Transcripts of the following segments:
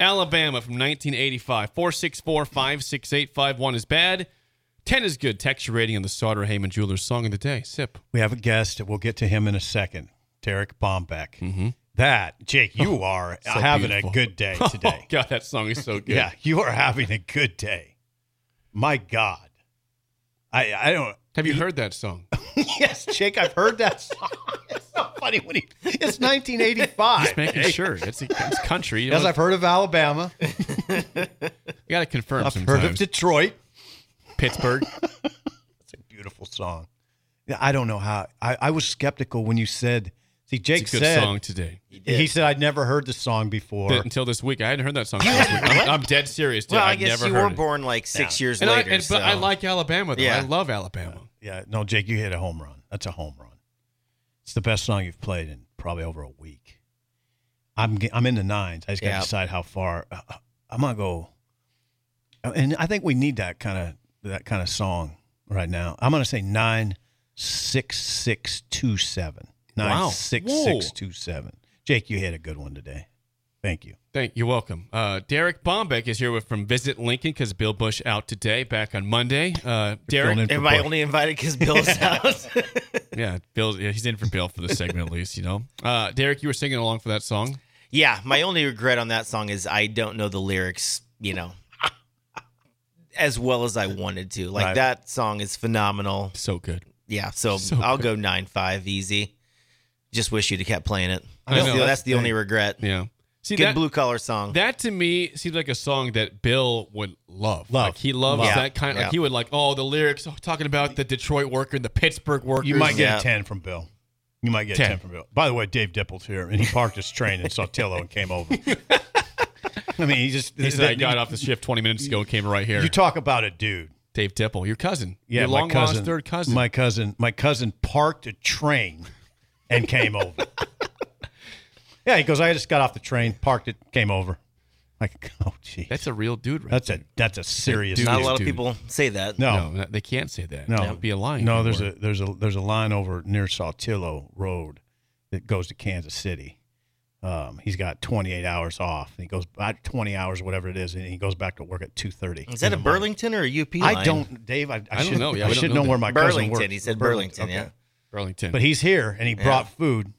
Alabama from 1985. 464 568 51 is bad. 10 is good. Text your rating on the Sauter Heyman Jewelers song of the day. Sip. We have a guest. We'll get to him in a second. Derek Bombeck. That, Jake, you are Mm-hmm. so having beautiful. a good day Oh, today. God, that song is so good. yeah, you are having a good day. My God. I, I don't. Have you heard that song? yes, Jake, I've heard that song. It's so funny when he. It's 1985. Just making sure. It's, it's country. You, Yes, know, I've heard of Alabama. you gotta confirm I've sometimes. heard of Detroit. Pittsburgh. Beautiful song. Yeah, I don't know how. I, I was skeptical when you said. See, Jake It's a good said song today. he said I'd never heard the song before. Th- until this week, I hadn't heard that song. until this week. I'm, I'm dead serious. Dude. Well, I I've guess never you heard were it. born like six years And I- later. and- but I so- like Alabama though. Yeah. I love Alabama. Yeah, no, Jake, you hit a home run. That's a home run. It's the best song you've played in probably over a week. I'm ge- I'm in the nines. I just got to Yeah. decide how far. Uh, I'm gonna go, uh, and I think we need that kind of that kind of song right now. I'm gonna say nine six six two seven. Wow. Nine six six two seven. Jake, you hit a good one today. Thank you. Thank you're welcome. Uh, Derek Bombeck is here with from Visit Lincoln because Bill Bush out today, back on Monday. Uh, filling Derek, in for Everybody Bush. only invited because Bill's out. yeah, Bill, yeah, he's in for Bill for the segment at least, you know. Uh, Derek, you were singing along for that song. yeah, my only regret on that song is I don't know the lyrics, you know, as well as I wanted to. Like Right. that song is phenomenal. So good. Yeah, so, So I'll go nine five easy. Just wish you'd have kept playing it. I That's, know, the, that's that's the only regret. Yeah. See Good that blue collar song. that to me seems like a song that Bill would love. Love. Like he loves Love. that kind. Yeah. Like he would like oh the lyrics oh, talking about the Detroit worker and the Pittsburgh workers. You might get Yeah. a 10 from Bill. You might get 10. a 10 from Bill. By the way, Dave Dipple's here, and he parked his train in Saltillo and came over. I mean, he just. He said I got off the shift 20 minutes ago and came right here. You talk about a dude. Dave Dipple, your cousin. Yeah, your my long cousin, lost third cousin. My cousin. My cousin parked a train and came over. Yeah, he goes, I just got off the train, parked it, came over. Like, oh, gee. That's a real dude right That's a that's a serious Dude. Not a is, lot of dude. people say that. No. No, that- they can't say that. Oh. No. that would be a line. No, there's a there's a there's a line over near Saltillo Road that goes to Kansas City. Um, he's got 28 hours off, and he goes about 20 hours, whatever it is, and he goes back to work at 2:30. Is that a Burlington or a UP line? I don't, Dave. I, I, don't should know. Yeah, I we don't should know know, that. where my cousin Burlington. works. He said Burlington, yeah. Burlington. But he's here, and he brought food.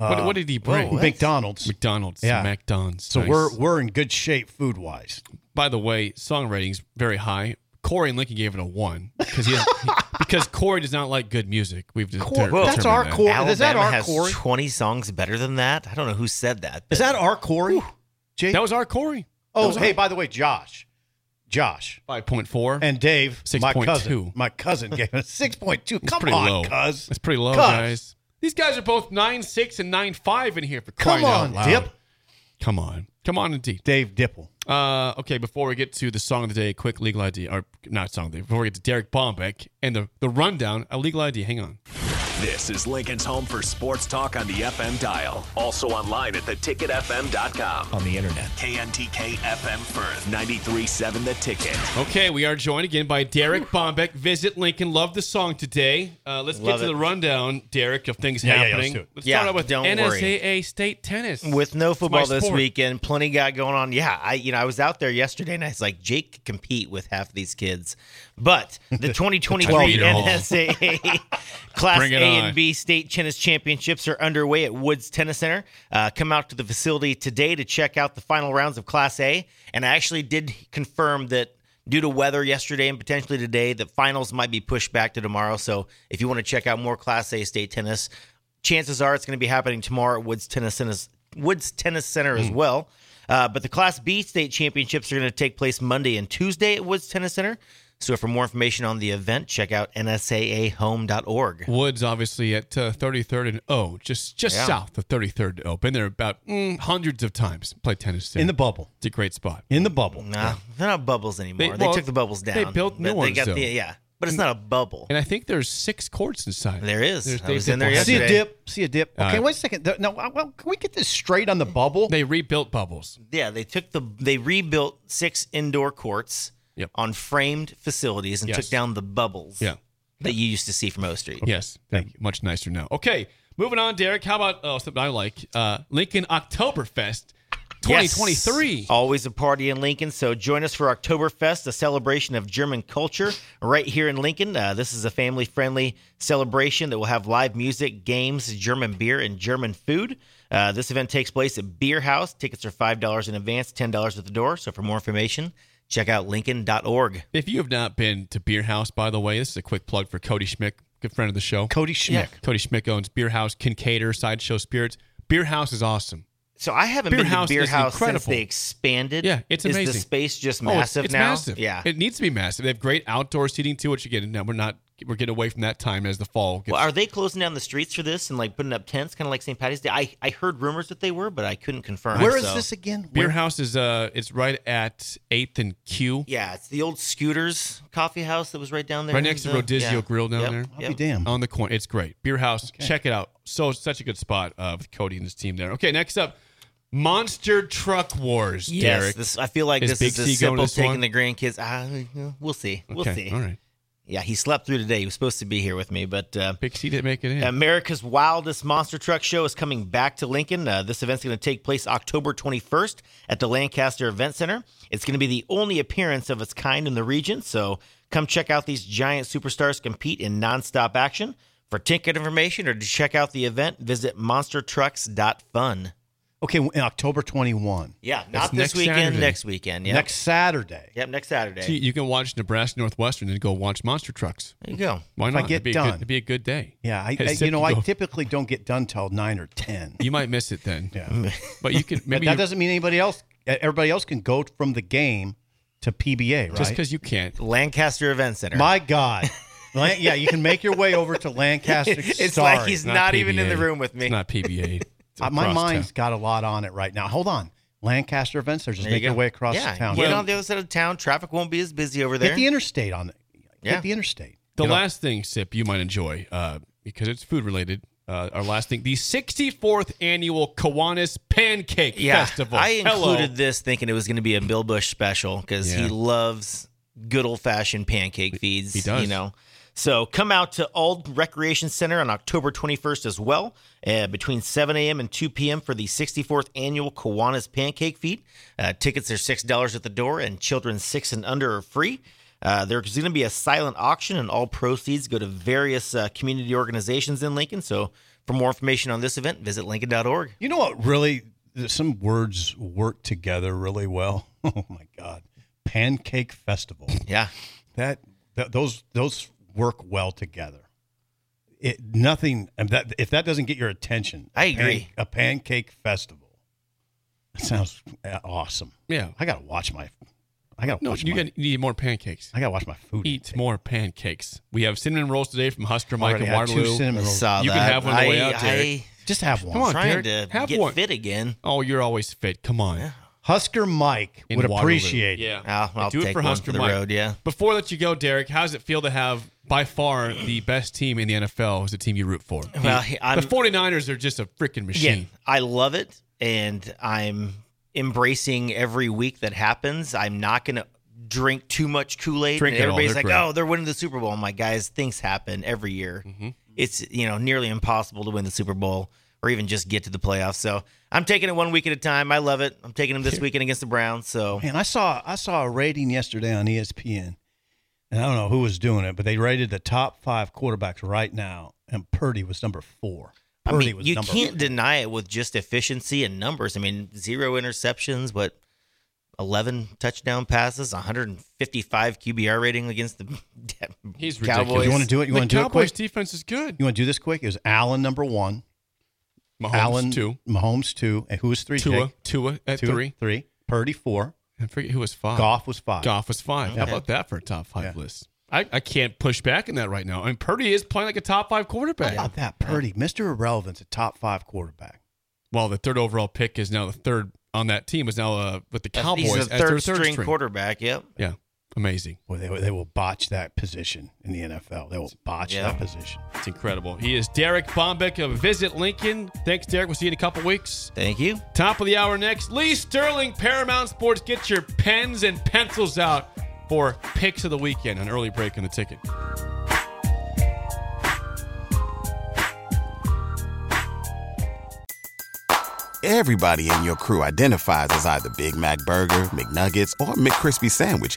uh, what, what did he bring? Whoa, what? McDonald's. McDonald's. Yeah. McDonald's. So Nice. we're we're in good shape food wise. by the way, song rating's very high. Corey and Lincoln gave it a one because he, he- because Corey does not like good music. We've de- ter- well, that's our determined that. Corey. Alabama Is that our has Corey? 20 songs better than that. I don't know who said that. Is but- that our Corey? Jake. That was our Corey. oh, hey, by the way, Josh. Josh. Five point four. And Dave, my 6.2. cousin, my cousin gave us six point two. it's Come pretty on, low. cuz. It's pretty low, Cuz. guys. These guys are both nine six and nine five in here for crying Come on, out loud. Dip. Come on, come on, indeed. Dave Dipple. Uh, okay, before we get to the song of the day, quick legal ID, or not song of the day, before we get to Derek Bombeck and the, the rundown, a legal ID, hang on. This is Lincoln's home for sports talk on the FM dial. Also online at theticketfm.com. On the internet. KNTK FM Firth 937 The Ticket. Okay, we are joined again by Derek Bombeck. Visit Lincoln. Love the song today. Uh, let's Love get to it. the rundown, Derek, of things Yeah, yeah, yeah, let's happening. do it. start Yeah, out with don't worry. NSAA state tennis. with no It's my football this sport. weekend, plenty got going on. Yeah, I you know I was out there yesterday and I was like, Jake could compete with half of these kids, but the 2023 Beat 'em all. NSAA Class Bring A it on. and B state tennis championships are underway at Woods Tennis Center. Uh, come out to the facility today to check out the final rounds of Class A, and I actually did confirm that. Due to weather yesterday and potentially today, the finals might be pushed back to tomorrow. So, if you want to check out more Class A state tennis, chances are it's going to be happening tomorrow at Woods Tennis Center, Woods Tennis Center as well. Uh, but the Class B state championships are going to take place Monday and Tuesday at Woods Tennis Center. So for more information on the event, check out nsaahome.org. Woods obviously at uh, 33rd and O, just just Yeah. south of 33rd and O. Been there about mm, hundreds of times. Play tennis there. in the bubble. it's a great spot. In the bubble. Nah, they're not bubbles anymore. They, well, took the bubbles down. they built new But ones, though. the, yeah, but it's not a bubble. And I think there's six courts inside. There is. There's I Dave was in there Pimple's- See a yesterday. dip. See a dip. All Okay, right. wait a second. Th- No, well, can we get this straight on the bubble? They rebuilt bubbles. Yeah, they took the they rebuilt six indoor courts Yep. on framed facilities and Yes. took down the bubbles Yeah. that you used to see from O Street. Yes. Thank you. Much nicer now. Okay. Moving on, Derek. How about oh, something I like? Uh, Lincoln Oktoberfest 2023. Yes. Oh. Always a party in Lincoln. So join us for Oktoberfest, a celebration of German culture right here in Lincoln. Uh, this is a family friendly celebration that will have live music, games, German beer, and German food. Uh, this event takes place at Beer House. Tickets are $5 in advance, $10 at the door. So for more information, check out Lincoln.org. If you have not been to Beer House, by the way, this is a quick plug for Cody Schmick, good friend of the show. Cody Schmick. Cody Schmick owns Beer House, Kincaider, Sideshow Spirits. Beer House is awesome. So I haven't Beer been House to Beer is House since incredible. they expanded. Yeah, it's Is the amazing. space just Oh, it's- massive it's now? massive. Yeah. it needs to be massive. They have great outdoor seating too, which again, now we're not we're getting away from that time as the fall gets. Well, are they closing down the streets for this and like putting up tents, kind of like St. Patty's Day? I, I heard rumors that they were, but I couldn't confirm. Where is so- this again? Beer Where- House is uh, it's right at Eighth and Q. Yeah, it's the old Scooters Coffee House that was right down there, Right next to So, Rodizio yeah. Grill down Yep, there. I'll be yep. damned. on the corner. It's great. Beer House, check it out. So such a good spot uh, with Cody and his team there. Okay, next up, Monster Truck Wars. Yes, Derek, this, I feel like Is this Big is C a going simple this taking one? the grandkids. Uh, we'll see. We'll okay, see. All right, Yeah, he slept through today. He was supposed to be here with me, but uh, Big C didn't make it in. America's Wildest Monster Truck Show is coming back to Lincoln. Uh, this event's going to take place October 21st at the Lancaster Event Center. It's going to be the only appearance of its kind in the region, so come check out these giant superstars compete in nonstop action. For ticket information or to check out the event, visit monstertrucks.fun. Okay, in October 21. Yeah, That's not next this weekend, Saturday. next weekend. Yep. Next Saturday. Yep, next Saturday. See, you can watch Nebraska Northwestern and go watch Monster Trucks. There you go. Why If not? I get it'd, be A done. good, it'd be a good day. Yeah, I, Hey, I- Sip, you know, I go- typically don't get done till 9 or 10. you might miss it then. Yeah. but you could But maybe that doesn't mean anybody else, e, everybody else can go from the game to PBA, right? just because you can't. Lancaster Event Center. My God. Lan- yeah, you can make your way over to Lancaster. it's Sorry. like he's not, even in the PBA. room with me. It's not PBA. It's Uh, my across mind's town. got a lot on it right now. Hold on. Lancaster events are just There you making their go. way across yeah, the town. Get Well- on the other side of town. Traffic won't be as busy over there. Hit the interstate on it. Yeah. Hit the interstate. The You know, last thing, Sip, you might enjoy uh, because it's food related. Uh, our last thing, the 64th annual Kiwanis Pancake yeah, Festival. I Hello. included this thinking it was going to be a Bill Bush special because Yeah. he loves good old fashioned pancake feeds. he does. You know. So come out to Old Recreation Center on October 21st as well, uh, between 7 a.m. and 2 p.m. for the 64th annual Kiwanis Pancake Feed. Uh, tickets are six dollars at the door, and children six and under are free. Uh, there's going to be a silent auction, and all proceeds go to various uh, community organizations in Lincoln. So for more information on this event, visit Lincoln.org. You know what really some words work together really well. Oh my god. Pancake festival. Yeah. That, that those those work well together. It nothing and that if that doesn't get your attention. I a pan- agree. a pancake festival. That sounds uh, awesome. Yeah. I got to watch my I got to No, watch you my, gotta- you need more pancakes. I got to watch my food. Eat more pancakes. We have cinnamon rolls today from Huster Mike Already and had two Waterloo. cinnamon rolls. Saw You can that. have one on the way out, I, Derek. Just have Come one. I, on, trying Derek. to Have get one. fit again. Oh, you're always fit. Come on. Husker Mike In would Waterloo. appreciate it. Yeah. I'll- I'll do it take for one Husker for the Mike. road, yeah. Before I let you go, Derek, how does it feel to have by far the best team in the NFL as the team you root for? The, Well, I'm- the 49ers are just a freaking Yeah, machine. I love it, and I'm embracing every week that happens. I'm not going to drink too much Kool Aid. Drink And it all. everybody's They're like, great. "Oh, they're winning the Super Bowl." I'm like, guys, things happen every year. Mm-hmm. It's you know nearly impossible to win the Super Bowl or even just get to the playoffs. So I'm taking it one week at a time. I love it. I'm taking them this weekend against the Browns. So Man, I saw I saw a rating yesterday on E ESPN, and I don't know who was doing it, but they rated the top five quarterbacks right now, and Purdy was number four. I Purdy mean, was you number can't deny it with just efficiency and numbers. I mean, zero interceptions, what, 11 touchdown passes, 155 QBR rating against the He's ridiculous. Cowboys. You want to do it? You the want to do it Cowboys quick? defense is good. You want to do this quick? It was Allen number one, Mahomes Allen two, Mahomes two, and who was three? Tua, Jake? Tua at Tua, three. three, Purdy four, I forget who was five. Goff was five. Goff was five. How about that for a top five list? I, I can't push back in that right now. I mean, Purdy is playing like a top five quarterback. How about that? Ah, Purdy, Mr. Irrelevant's a top five quarterback. Well, the third overall pick is now the third on that team is now uh, with the That's- Cowboys He's the as their third string, string. quarterback. Yep. Yeah, amazing. Boy, they, they will botch that position in the NFL. They will botch Yeah. that position. It's incredible. He is Derek Bombeck of Visit Lincoln. Thanks, Derek. We'll see you in a couple weeks. Thank you. Top of the hour next. Lee Sterling, Paramount Sports. Get your pens and pencils out for picks of the weekend. An early break in the ticket. Everybody in your crew identifies as either Big Mac Burger, McNuggets, or McCrispy Sandwich.